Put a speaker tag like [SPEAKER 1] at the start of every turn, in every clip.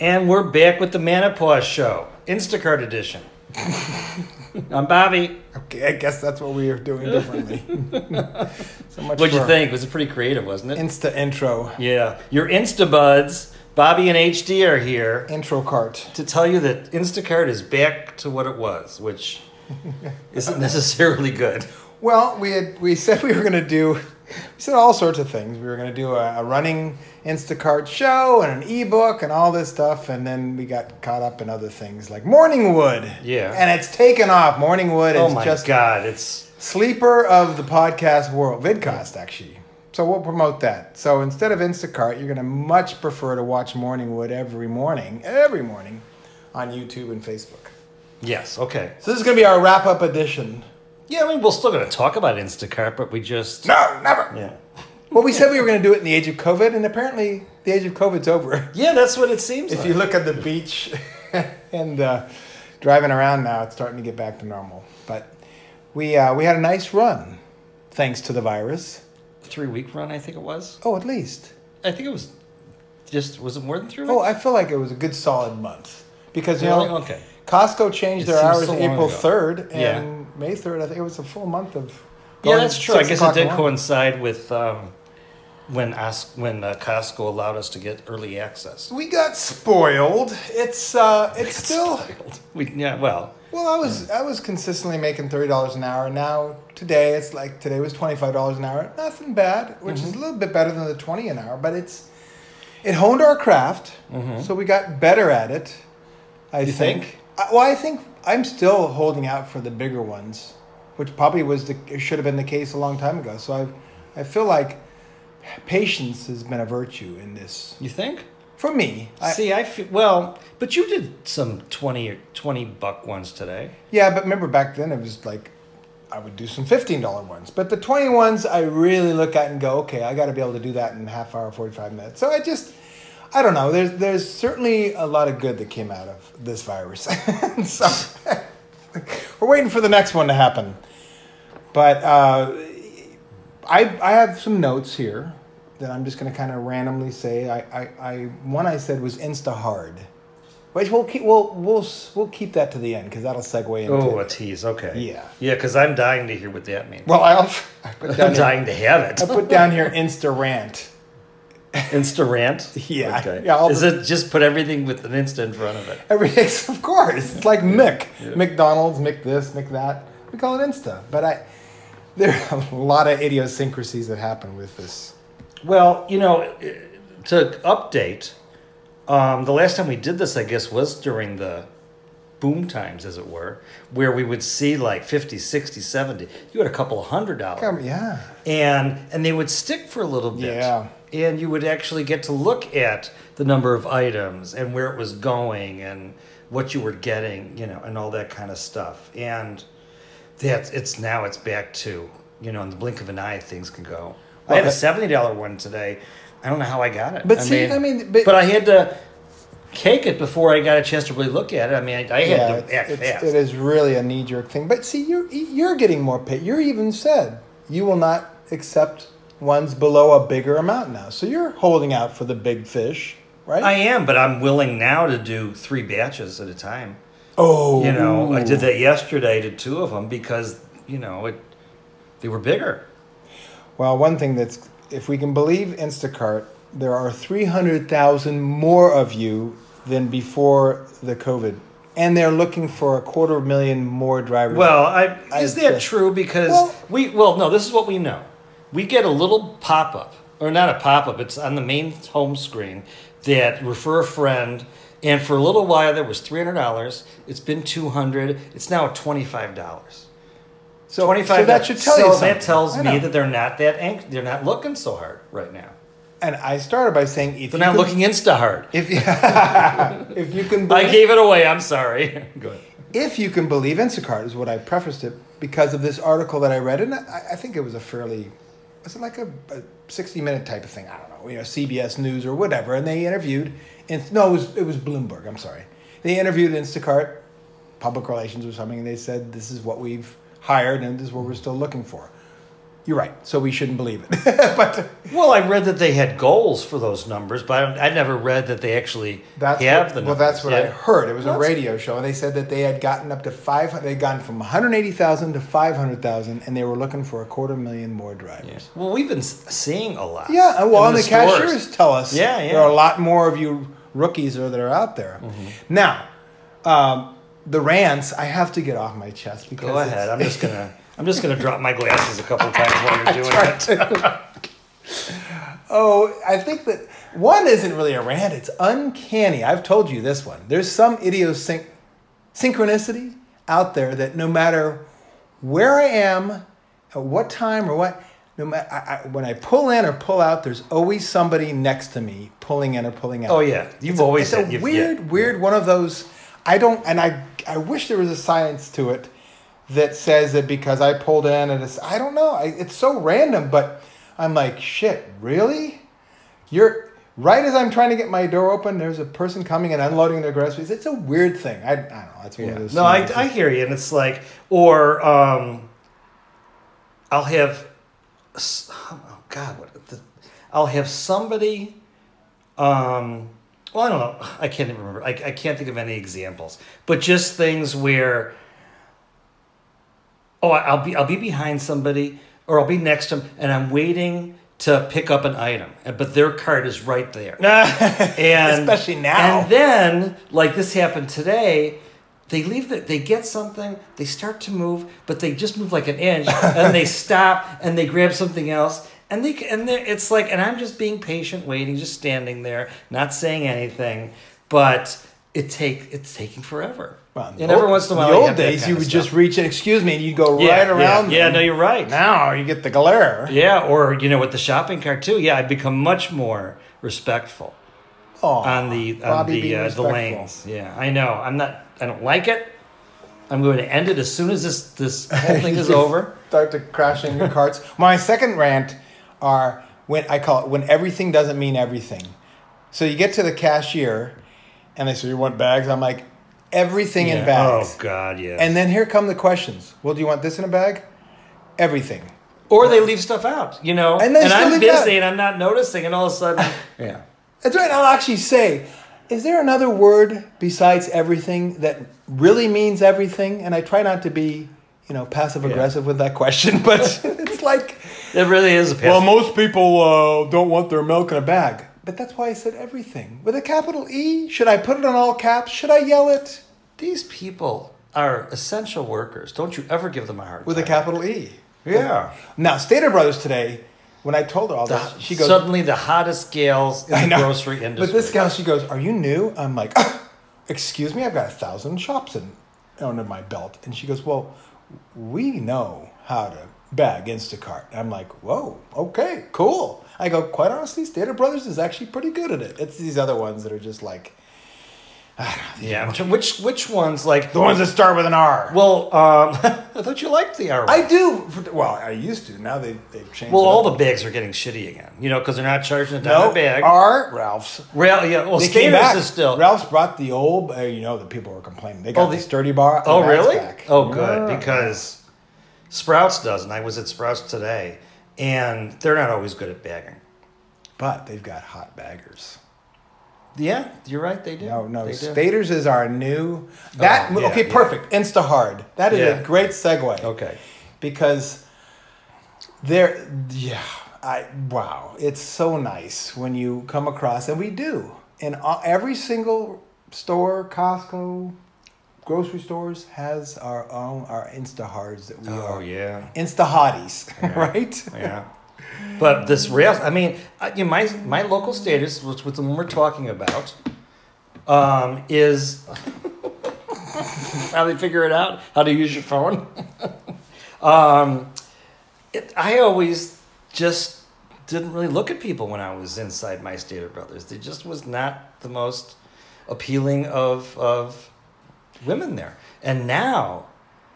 [SPEAKER 1] And we're back with the Manopause Show, Instacart edition. I'm Bobby.
[SPEAKER 2] Okay, I guess that's what we are doing differently. so much
[SPEAKER 1] What'd you
[SPEAKER 2] for
[SPEAKER 1] think? It was pretty creative, wasn't it?
[SPEAKER 2] Insta intro,
[SPEAKER 1] yeah. Your Insta buds, Bobby and HD, are here
[SPEAKER 2] intro cart.
[SPEAKER 1] to tell you that Instacart is back to what it was, which isn't necessarily good.
[SPEAKER 2] Well, we had we said we were going to do we said all sorts of things. We were going to do a, a running Instacart show and an ebook and all this stuff, and then we got caught up in other things like Morningwood.
[SPEAKER 1] Yeah.
[SPEAKER 2] and it's taken off. Morningwood
[SPEAKER 1] Oh
[SPEAKER 2] is
[SPEAKER 1] my
[SPEAKER 2] just
[SPEAKER 1] God. It's.
[SPEAKER 2] sleeper of the podcast world, VidCast actually. So we'll promote that. So instead of Instacart, you're going to much prefer to watch Morningwood every morning, every morning, on YouTube and Facebook.
[SPEAKER 1] Yes, okay.
[SPEAKER 2] So this is going to be our wrap up edition.
[SPEAKER 1] Yeah, I mean, we're still going to talk about Instacart, but we just.
[SPEAKER 2] No, never.
[SPEAKER 1] Yeah.
[SPEAKER 2] Well, we said we were going to do it in the age of COVID, and apparently the age of COVID's over.
[SPEAKER 1] Yeah, that's what it seems
[SPEAKER 2] If
[SPEAKER 1] like.
[SPEAKER 2] you look at the beach and uh, driving around now, it's starting to get back to normal. But we uh, we had a nice run, thanks to the virus.
[SPEAKER 1] Three week run, I think it was.
[SPEAKER 2] Oh, at least.
[SPEAKER 1] I think it was just was it more than three weeks?
[SPEAKER 2] Oh, I feel like it was a good solid month because you know
[SPEAKER 1] Really? Okay.
[SPEAKER 2] Costco changed
[SPEAKER 1] It
[SPEAKER 2] their
[SPEAKER 1] seems
[SPEAKER 2] hours
[SPEAKER 1] so long
[SPEAKER 2] April
[SPEAKER 1] ago.
[SPEAKER 2] third and
[SPEAKER 1] Yeah.
[SPEAKER 2] May third. I think it was a full month of.
[SPEAKER 1] yeah,
[SPEAKER 2] going
[SPEAKER 1] that's true. I
[SPEAKER 2] six
[SPEAKER 1] guess it
[SPEAKER 2] o'clock
[SPEAKER 1] did
[SPEAKER 2] in the morning.
[SPEAKER 1] coincide with um, when Os- when uh, Costco allowed us to get early access.
[SPEAKER 2] We got spoiled. It's uh, it's still.
[SPEAKER 1] we, yeah, well,
[SPEAKER 2] Well, I was I was consistently making thirty dollars an hour. Now today it's like today was twenty five dollars an hour. Nothing bad, which
[SPEAKER 1] Mm-hmm.
[SPEAKER 2] is a little bit better than the twenty an hour, but it's it honed our craft, so we got better at it. I think.
[SPEAKER 1] Mm-hmm. think?
[SPEAKER 2] I, well, I think I'm still holding out for the bigger ones, which probably was the it should have been the case a long time ago. So I I feel like patience has been a virtue in this
[SPEAKER 1] you think?
[SPEAKER 2] for me. I,
[SPEAKER 1] See, I feel well, but you did some 20, or 20 buck ones today.
[SPEAKER 2] Yeah, but remember back then it was like I would do some fifteen dollar ones, but the twenty ones I really look at and go, okay, I got to be able to do that in a half hour, forty five minutes. So I just, I don't know. There's there's certainly a lot of good that came out of this virus. so we're waiting for the next one to happen, but uh, I I have some notes here that I'm just going to kind of randomly say. I, I I one I said was insta hard. Which we'll keep we'll we'll s- we'll keep that to the end because that'll segue into
[SPEAKER 1] Oh, a tease. Okay.
[SPEAKER 2] Yeah.
[SPEAKER 1] Yeah, because I'm dying to hear what that means.
[SPEAKER 2] Well, I'll, I put
[SPEAKER 1] I'm
[SPEAKER 2] down here,
[SPEAKER 1] dying to have
[SPEAKER 2] I
[SPEAKER 1] it.
[SPEAKER 2] put down here Insta rant.
[SPEAKER 1] Insta rant.
[SPEAKER 2] Yeah.
[SPEAKER 1] Okay.
[SPEAKER 2] Yeah, I'll-
[SPEAKER 1] Is it just put everything with an Insta in front of it?
[SPEAKER 2] Everything's of course. It's like Mick,
[SPEAKER 1] Yeah.
[SPEAKER 2] McDonald's, Mick this, Mick that. We call it Insta, but I there are a lot of idiosyncrasies that happen with this.
[SPEAKER 1] Well, you know, to update, um, the last time we did this, I guess, was during the boom times, as it were, where we would see like 50, 60, 70. You had a couple of hundred
[SPEAKER 2] Um,
[SPEAKER 1] dollars.
[SPEAKER 2] yeah,
[SPEAKER 1] And, and they would stick for a little bit.
[SPEAKER 2] Yeah.
[SPEAKER 1] And you would actually get to look at the number of items and where it was going and what you were getting, you know, and all that kind of stuff. And that's it's now it's back to you know in the blink of an eye things can go. I had a
[SPEAKER 2] Okay.
[SPEAKER 1] seventy dollar one today. I don't know how I got it.
[SPEAKER 2] But see, I mean, but-
[SPEAKER 1] I had to cake it before I got a chance to really look at it. I mean, I, I had
[SPEAKER 2] yeah.
[SPEAKER 1] to act
[SPEAKER 2] it's,
[SPEAKER 1] fast.
[SPEAKER 2] it's, it is really a knee jerk thing. But see, you're you're getting more paid. You're even said you will not accept ones below a bigger amount now. So you're holding out for the big fish, right?
[SPEAKER 1] I am, but I'm willing now to do three batches at a time.
[SPEAKER 2] oh,
[SPEAKER 1] You know, I did that yesterday to two of them because you know it. They were bigger.
[SPEAKER 2] Well, one thing that's, if we can believe Instacart, there are 300,000 more of you than before the COVID. And they're looking for a quarter million more drivers.
[SPEAKER 1] Well, I,
[SPEAKER 2] I-
[SPEAKER 1] is that true? Because
[SPEAKER 2] Well-
[SPEAKER 1] we well, no. This is what we know. We get a little pop up, or not a pop up. It's on the main home screen that refer a friend. And for a little while, there was three hundred dollars. It's been two hundred. It's now twenty five dollars.
[SPEAKER 2] so,
[SPEAKER 1] Twenty five.
[SPEAKER 2] so that should tell
[SPEAKER 1] so
[SPEAKER 2] you something.
[SPEAKER 1] that tells
[SPEAKER 2] I
[SPEAKER 1] me
[SPEAKER 2] know.
[SPEAKER 1] that they're not that ang- They're not looking so hard right now.
[SPEAKER 2] And I started by saying if
[SPEAKER 1] They're
[SPEAKER 2] you
[SPEAKER 1] not
[SPEAKER 2] can,
[SPEAKER 1] looking insta hard.
[SPEAKER 2] If, you- if you can
[SPEAKER 1] I
[SPEAKER 2] believe,
[SPEAKER 1] gave it away. I'm sorry. Go ahead.
[SPEAKER 2] if you can believe Instacart is what I prefaced it because of this article that I read, and I, I think it was a fairly, was it like a, a sixty minute type of thing? I don't know, you know, CBS News or whatever, and they interviewed, and no, it was it was Bloomberg. I'm sorry, they interviewed Instacart public relations or something, and they said this is what we've hired and this is what we're still looking for. You're right. So we shouldn't believe it. but
[SPEAKER 1] Well, I read that they had goals for those numbers, but I, don't- I never read that they actually
[SPEAKER 2] that's
[SPEAKER 1] have
[SPEAKER 2] what,
[SPEAKER 1] the
[SPEAKER 2] well,
[SPEAKER 1] numbers.
[SPEAKER 2] that's what I
[SPEAKER 1] Yeah.
[SPEAKER 2] heard. It was a
[SPEAKER 1] That's-
[SPEAKER 2] radio show, and they said that they had gotten up to five. They'd gone from 180,000 to 500,000, and they were looking for a quarter million more drivers.
[SPEAKER 1] Well, we've been s- seeing a lot.
[SPEAKER 2] Yeah, well,
[SPEAKER 1] in
[SPEAKER 2] and the,
[SPEAKER 1] stores.
[SPEAKER 2] cashiers tell us
[SPEAKER 1] Yeah, yeah.
[SPEAKER 2] there are a lot more of you rookies that are out there.
[SPEAKER 1] Mm-hmm.
[SPEAKER 2] Now, um, the rants I have to get off my chest because
[SPEAKER 1] Go
[SPEAKER 2] it's-
[SPEAKER 1] ahead. I'm just gonna. I'm just gonna drop my glasses a couple times while you're doing it.
[SPEAKER 2] oh, I think that one isn't really a rant. It's uncanny. I've told you this one. There's some idiosync synchronicity out there that no matter where I am, at what time or what, no matter I, I, when I pull in or pull out, there's always somebody next to me pulling in or pulling out.
[SPEAKER 1] Oh yeah, you've always
[SPEAKER 2] it's
[SPEAKER 1] said
[SPEAKER 2] a
[SPEAKER 1] you've,
[SPEAKER 2] weird,
[SPEAKER 1] yeah.
[SPEAKER 2] weird one of those. I don't, and I, I wish there was a science to it that says that because I pulled in and it's, I don't know, I, it's so random, but I'm like, shit, really? You're right as I'm trying to get my door open. There's a person coming and unloading their groceries. It's a weird thing. I, I don't know. That's one of those.
[SPEAKER 1] No, I,
[SPEAKER 2] things.
[SPEAKER 1] I hear you, and it's like, or um, I'll have, s- oh God, what the, I'll have somebody. Um, well, I don't know. I can't even remember. I, I can't think of any examples, but just things where. Oh, I- I'll be I'll be behind somebody, or I'll be next to them, and I'm waiting to pick up an item, and- but their card is right there and
[SPEAKER 2] Especially now.
[SPEAKER 1] And then, like this happened today, they leave the, they get something, they start to move, but they just move like an inch, and they stop and they grab something else, and they and they're- it's like, and I'm just being patient, waiting, just standing there, not saying anything, but it take it's taking forever.
[SPEAKER 2] Well, in
[SPEAKER 1] and
[SPEAKER 2] the
[SPEAKER 1] every
[SPEAKER 2] old-
[SPEAKER 1] once in a while,
[SPEAKER 2] the
[SPEAKER 1] you
[SPEAKER 2] old
[SPEAKER 1] have that
[SPEAKER 2] days,
[SPEAKER 1] kind
[SPEAKER 2] you
[SPEAKER 1] of
[SPEAKER 2] would
[SPEAKER 1] stuff.
[SPEAKER 2] just reach and excuse me, and you'd go
[SPEAKER 1] yeah,
[SPEAKER 2] right
[SPEAKER 1] yeah,
[SPEAKER 2] around.
[SPEAKER 1] Yeah,
[SPEAKER 2] them.
[SPEAKER 1] no, you're right.
[SPEAKER 2] Now you get the glare.
[SPEAKER 1] Yeah, or you know, with the shopping cart too. Yeah, I've become much more respectful
[SPEAKER 2] Aw,
[SPEAKER 1] on the on
[SPEAKER 2] Bobby, be
[SPEAKER 1] the uh, the
[SPEAKER 2] respectful.
[SPEAKER 1] lanes. Yeah, I know. I'm not. I don't like it. I'm going to end it as soon as this this whole thing is
[SPEAKER 2] You
[SPEAKER 1] over.
[SPEAKER 2] Start to crashing your carts. My second rant are when I call it when everything doesn't mean everything. So you get to the cashier, and they say you want bags. I'm like, everything in
[SPEAKER 1] Yeah.
[SPEAKER 2] bags.
[SPEAKER 1] Oh God, yeah.
[SPEAKER 2] And then here come the questions. Well, do you want this in a bag? Everything.
[SPEAKER 1] or they leave stuff out. You know,
[SPEAKER 2] And
[SPEAKER 1] and,
[SPEAKER 2] they still
[SPEAKER 1] I'm
[SPEAKER 2] leave
[SPEAKER 1] busy
[SPEAKER 2] it
[SPEAKER 1] and
[SPEAKER 2] out.
[SPEAKER 1] I'm not noticing, and all of a sudden, yeah.
[SPEAKER 2] That's right. I'll actually say, is there another word besides everything that really means everything? And I try not to be, you know, passive aggressive with that question, but it's like.
[SPEAKER 1] It really is a pain.
[SPEAKER 2] Well, most people uh, don't want their milk in a bag. But that's why I said everything. With a capital E, should I put it on all caps? Should I yell it?
[SPEAKER 1] These people are essential workers. Don't you ever give them a hard
[SPEAKER 2] With a
[SPEAKER 1] time.
[SPEAKER 2] capital E.
[SPEAKER 1] Yeah.
[SPEAKER 2] Now, Stater Brothers today, when I told her all this, she goes,
[SPEAKER 1] Suddenly, the hottest gals
[SPEAKER 2] I
[SPEAKER 1] in the
[SPEAKER 2] know.
[SPEAKER 1] grocery industry.
[SPEAKER 2] But this gal, she goes, Are you new? I'm like, Excuse me, I've got a thousand shops in, under my belt. And she goes, Well, we know how to bag Instacart. I'm like, Whoa, okay, cool. I go, Quite honestly, Stater Brothers is actually pretty good at it. It's these other ones that are just like,
[SPEAKER 1] yeah. Which which ones like
[SPEAKER 2] The ones that start with an R.
[SPEAKER 1] Well, um, I thought you liked the R.
[SPEAKER 2] I do. for- Well, I used to. Now they they've changed.
[SPEAKER 1] Well,
[SPEAKER 2] it
[SPEAKER 1] all
[SPEAKER 2] up.
[SPEAKER 1] the bags are getting shitty again, you know, because they're not charging a dollar
[SPEAKER 2] no
[SPEAKER 1] bag.
[SPEAKER 2] R Ralphs.
[SPEAKER 1] Well, yeah, well,
[SPEAKER 2] They came
[SPEAKER 1] Skaters
[SPEAKER 2] back.
[SPEAKER 1] is still.
[SPEAKER 2] Ralphs brought the old. Uh, you know the people were complaining. They got
[SPEAKER 1] Oh,
[SPEAKER 2] the
[SPEAKER 1] the-
[SPEAKER 2] sturdy bar.
[SPEAKER 1] oh,
[SPEAKER 2] bags
[SPEAKER 1] really?
[SPEAKER 2] back.
[SPEAKER 1] Oh, good,
[SPEAKER 2] Yeah.
[SPEAKER 1] because Sprouts doesn't. I was at Sprouts today, and they're not always good at bagging.
[SPEAKER 2] But they've got hot baggers.
[SPEAKER 1] Yeah, you're right. They do.
[SPEAKER 2] No, no.
[SPEAKER 1] They do. Oh,
[SPEAKER 2] Staters is our new. That
[SPEAKER 1] yeah,
[SPEAKER 2] okay,
[SPEAKER 1] yeah.
[SPEAKER 2] perfect. Insta hard. That is
[SPEAKER 1] Yeah.
[SPEAKER 2] a great segue.
[SPEAKER 1] Okay.
[SPEAKER 2] because there yeah i wow it's so nice when you come across and we do in all, every single store costco grocery stores has our own our insta hards that we
[SPEAKER 1] Oh
[SPEAKER 2] are
[SPEAKER 1] yeah.
[SPEAKER 2] insta hotties right
[SPEAKER 1] Yeah. But this rail, I mean, I, you know, my my local status, which with the one we're talking about, um, is finally figure it out how to use your phone. um, it, I always just didn't really look at people when I was inside my Stater Brothers. They just was not the most appealing of of women there. And now,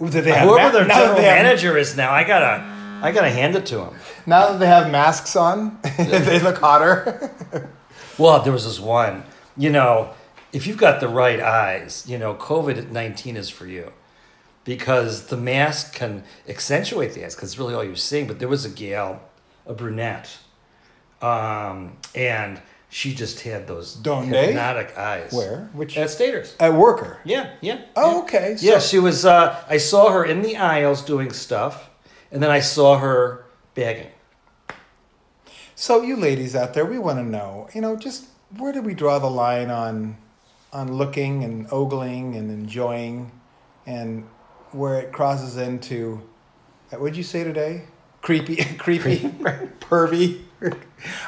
[SPEAKER 2] That they have ma-
[SPEAKER 1] whoever their
[SPEAKER 2] now that
[SPEAKER 1] general
[SPEAKER 2] they have-
[SPEAKER 1] manager is now, I gotta I gotta hand it to him.
[SPEAKER 2] now that they have masks on they look hotter
[SPEAKER 1] Well, there was this one, you know, if you've got the right eyes, you know, COVID 19 is for you. because the mask can accentuate the ass because it's really all you're seeing. But there was a gal, a brunette, um, and she just had those
[SPEAKER 2] Donde?
[SPEAKER 1] hypnotic eyes.
[SPEAKER 2] Where? Which-
[SPEAKER 1] at Staters?
[SPEAKER 2] At Worker.
[SPEAKER 1] Yeah, yeah.
[SPEAKER 2] Oh,
[SPEAKER 1] yeah.
[SPEAKER 2] okay. So-
[SPEAKER 1] Yeah, she was. Uh, I saw her in the aisles doing stuff, and then I saw her begging.
[SPEAKER 2] So you ladies out there, we want to know, you know, just where do we draw the line on on looking and ogling and enjoying and where it crosses into uh, what'd you say today? Creepy creepy pervy.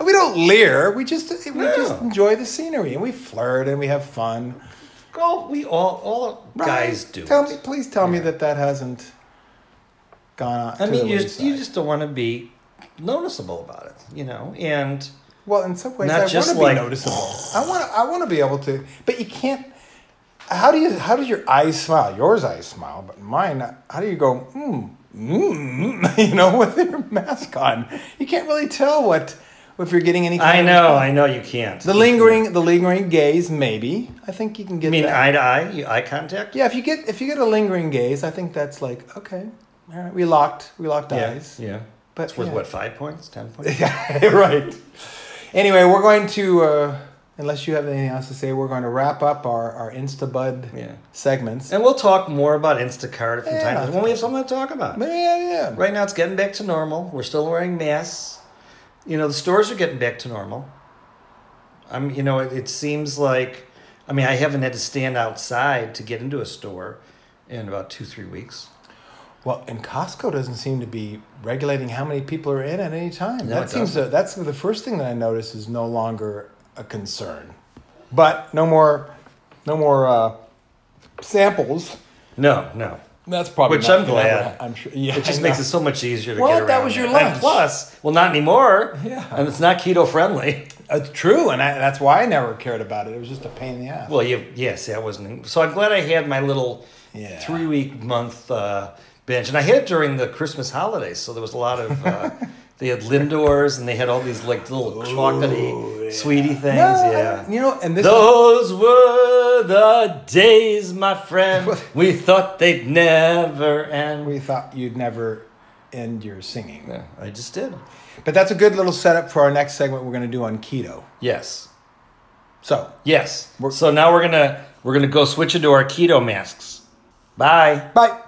[SPEAKER 2] we don't leer, we just we just
[SPEAKER 1] No.
[SPEAKER 2] enjoy the scenery and we flirt and we have fun.
[SPEAKER 1] Go, we all, all guys
[SPEAKER 2] Right?
[SPEAKER 1] do.
[SPEAKER 2] Tell
[SPEAKER 1] it.
[SPEAKER 2] me please tell me that that hasn't gone on.
[SPEAKER 1] I
[SPEAKER 2] to
[SPEAKER 1] mean,
[SPEAKER 2] the
[SPEAKER 1] you just, you
[SPEAKER 2] wayside.
[SPEAKER 1] just don't want to be noticeable about it, you know. And
[SPEAKER 2] Well, in some ways,
[SPEAKER 1] Not
[SPEAKER 2] I want
[SPEAKER 1] just
[SPEAKER 2] to
[SPEAKER 1] like-
[SPEAKER 2] be noticeable. I want to. I want to be able to. But you can't. How do you? How does your eyes smile? Yours eyes smile, but mine. How do you go? Mm, mm, you know, with your mask on, you can't really tell what if you're getting any.
[SPEAKER 1] I
[SPEAKER 2] Kind of-
[SPEAKER 1] know, I know, you can't.
[SPEAKER 2] the lingering, the lingering gaze. Maybe I think you can get.
[SPEAKER 1] You mean
[SPEAKER 2] that.
[SPEAKER 1] eye to eye, you- eye contact.
[SPEAKER 2] yeah, if you get if you get a lingering gaze, I think that's like okay, all right, we locked, we locked eyes.
[SPEAKER 1] yeah.
[SPEAKER 2] But
[SPEAKER 1] It's worth
[SPEAKER 2] yeah.
[SPEAKER 1] what five points, ten points.
[SPEAKER 2] Yeah, right. Anyway, we're going to, uh, unless you have anything else to say, we're going to wrap up our, our Instabud
[SPEAKER 1] Yeah.
[SPEAKER 2] segments.
[SPEAKER 1] And we'll talk more about Instacart from time
[SPEAKER 2] Yeah.
[SPEAKER 1] to time when we have something to talk about.
[SPEAKER 2] Maybe, yeah, yeah.
[SPEAKER 1] Right now, it's getting back to normal. We're still wearing masks. You know, the stores are getting back to normal. I'm, you know, it, it seems like, I mean, I haven't had to stand outside to get into a store in about two, three weeks.
[SPEAKER 2] Well, and Costco doesn't seem to be regulating how many people are in at any time.
[SPEAKER 1] No,
[SPEAKER 2] that
[SPEAKER 1] it
[SPEAKER 2] seems to, that's the first thing that I notice is no longer a concern. But no more, no more uh, samples.
[SPEAKER 1] No, no.
[SPEAKER 2] That's probably
[SPEAKER 1] Which
[SPEAKER 2] not
[SPEAKER 1] I'm
[SPEAKER 2] gonna
[SPEAKER 1] glad.
[SPEAKER 2] happen. I'm sure. Yeah,
[SPEAKER 1] It just
[SPEAKER 2] I
[SPEAKER 1] makes
[SPEAKER 2] know.
[SPEAKER 1] it so much easier to
[SPEAKER 2] uh, Well,
[SPEAKER 1] get around.
[SPEAKER 2] that was your
[SPEAKER 1] there. And
[SPEAKER 2] lunch.
[SPEAKER 1] plus, well, not anymore.
[SPEAKER 2] Yeah.
[SPEAKER 1] And it's not keto friendly.
[SPEAKER 2] It's Uh, true, and I, that's why I never cared about it. It was just a pain in the ass.
[SPEAKER 1] Well, you, yes, that wasn't. So I'm glad I had my little
[SPEAKER 2] Yeah.
[SPEAKER 1] three week month uh, bench, and I had it during the Christmas holidays. So there was a lot of. Uh, they had Lindors, and they had all these like little chocolatey, sweetie things.
[SPEAKER 2] No, I
[SPEAKER 1] yeah.
[SPEAKER 2] don't- you know, and this
[SPEAKER 1] Those were the days, my friend. We thought they'd never end.
[SPEAKER 2] we thought you'd never end your singing.
[SPEAKER 1] yeah, I just did.
[SPEAKER 2] But that's a good little setup for our next segment we're going to do on keto.
[SPEAKER 1] Yes.
[SPEAKER 2] So,
[SPEAKER 1] Yes.
[SPEAKER 2] We're-
[SPEAKER 1] so now we're gonna we're gonna go switch into our keto masks. Bye.
[SPEAKER 2] bye.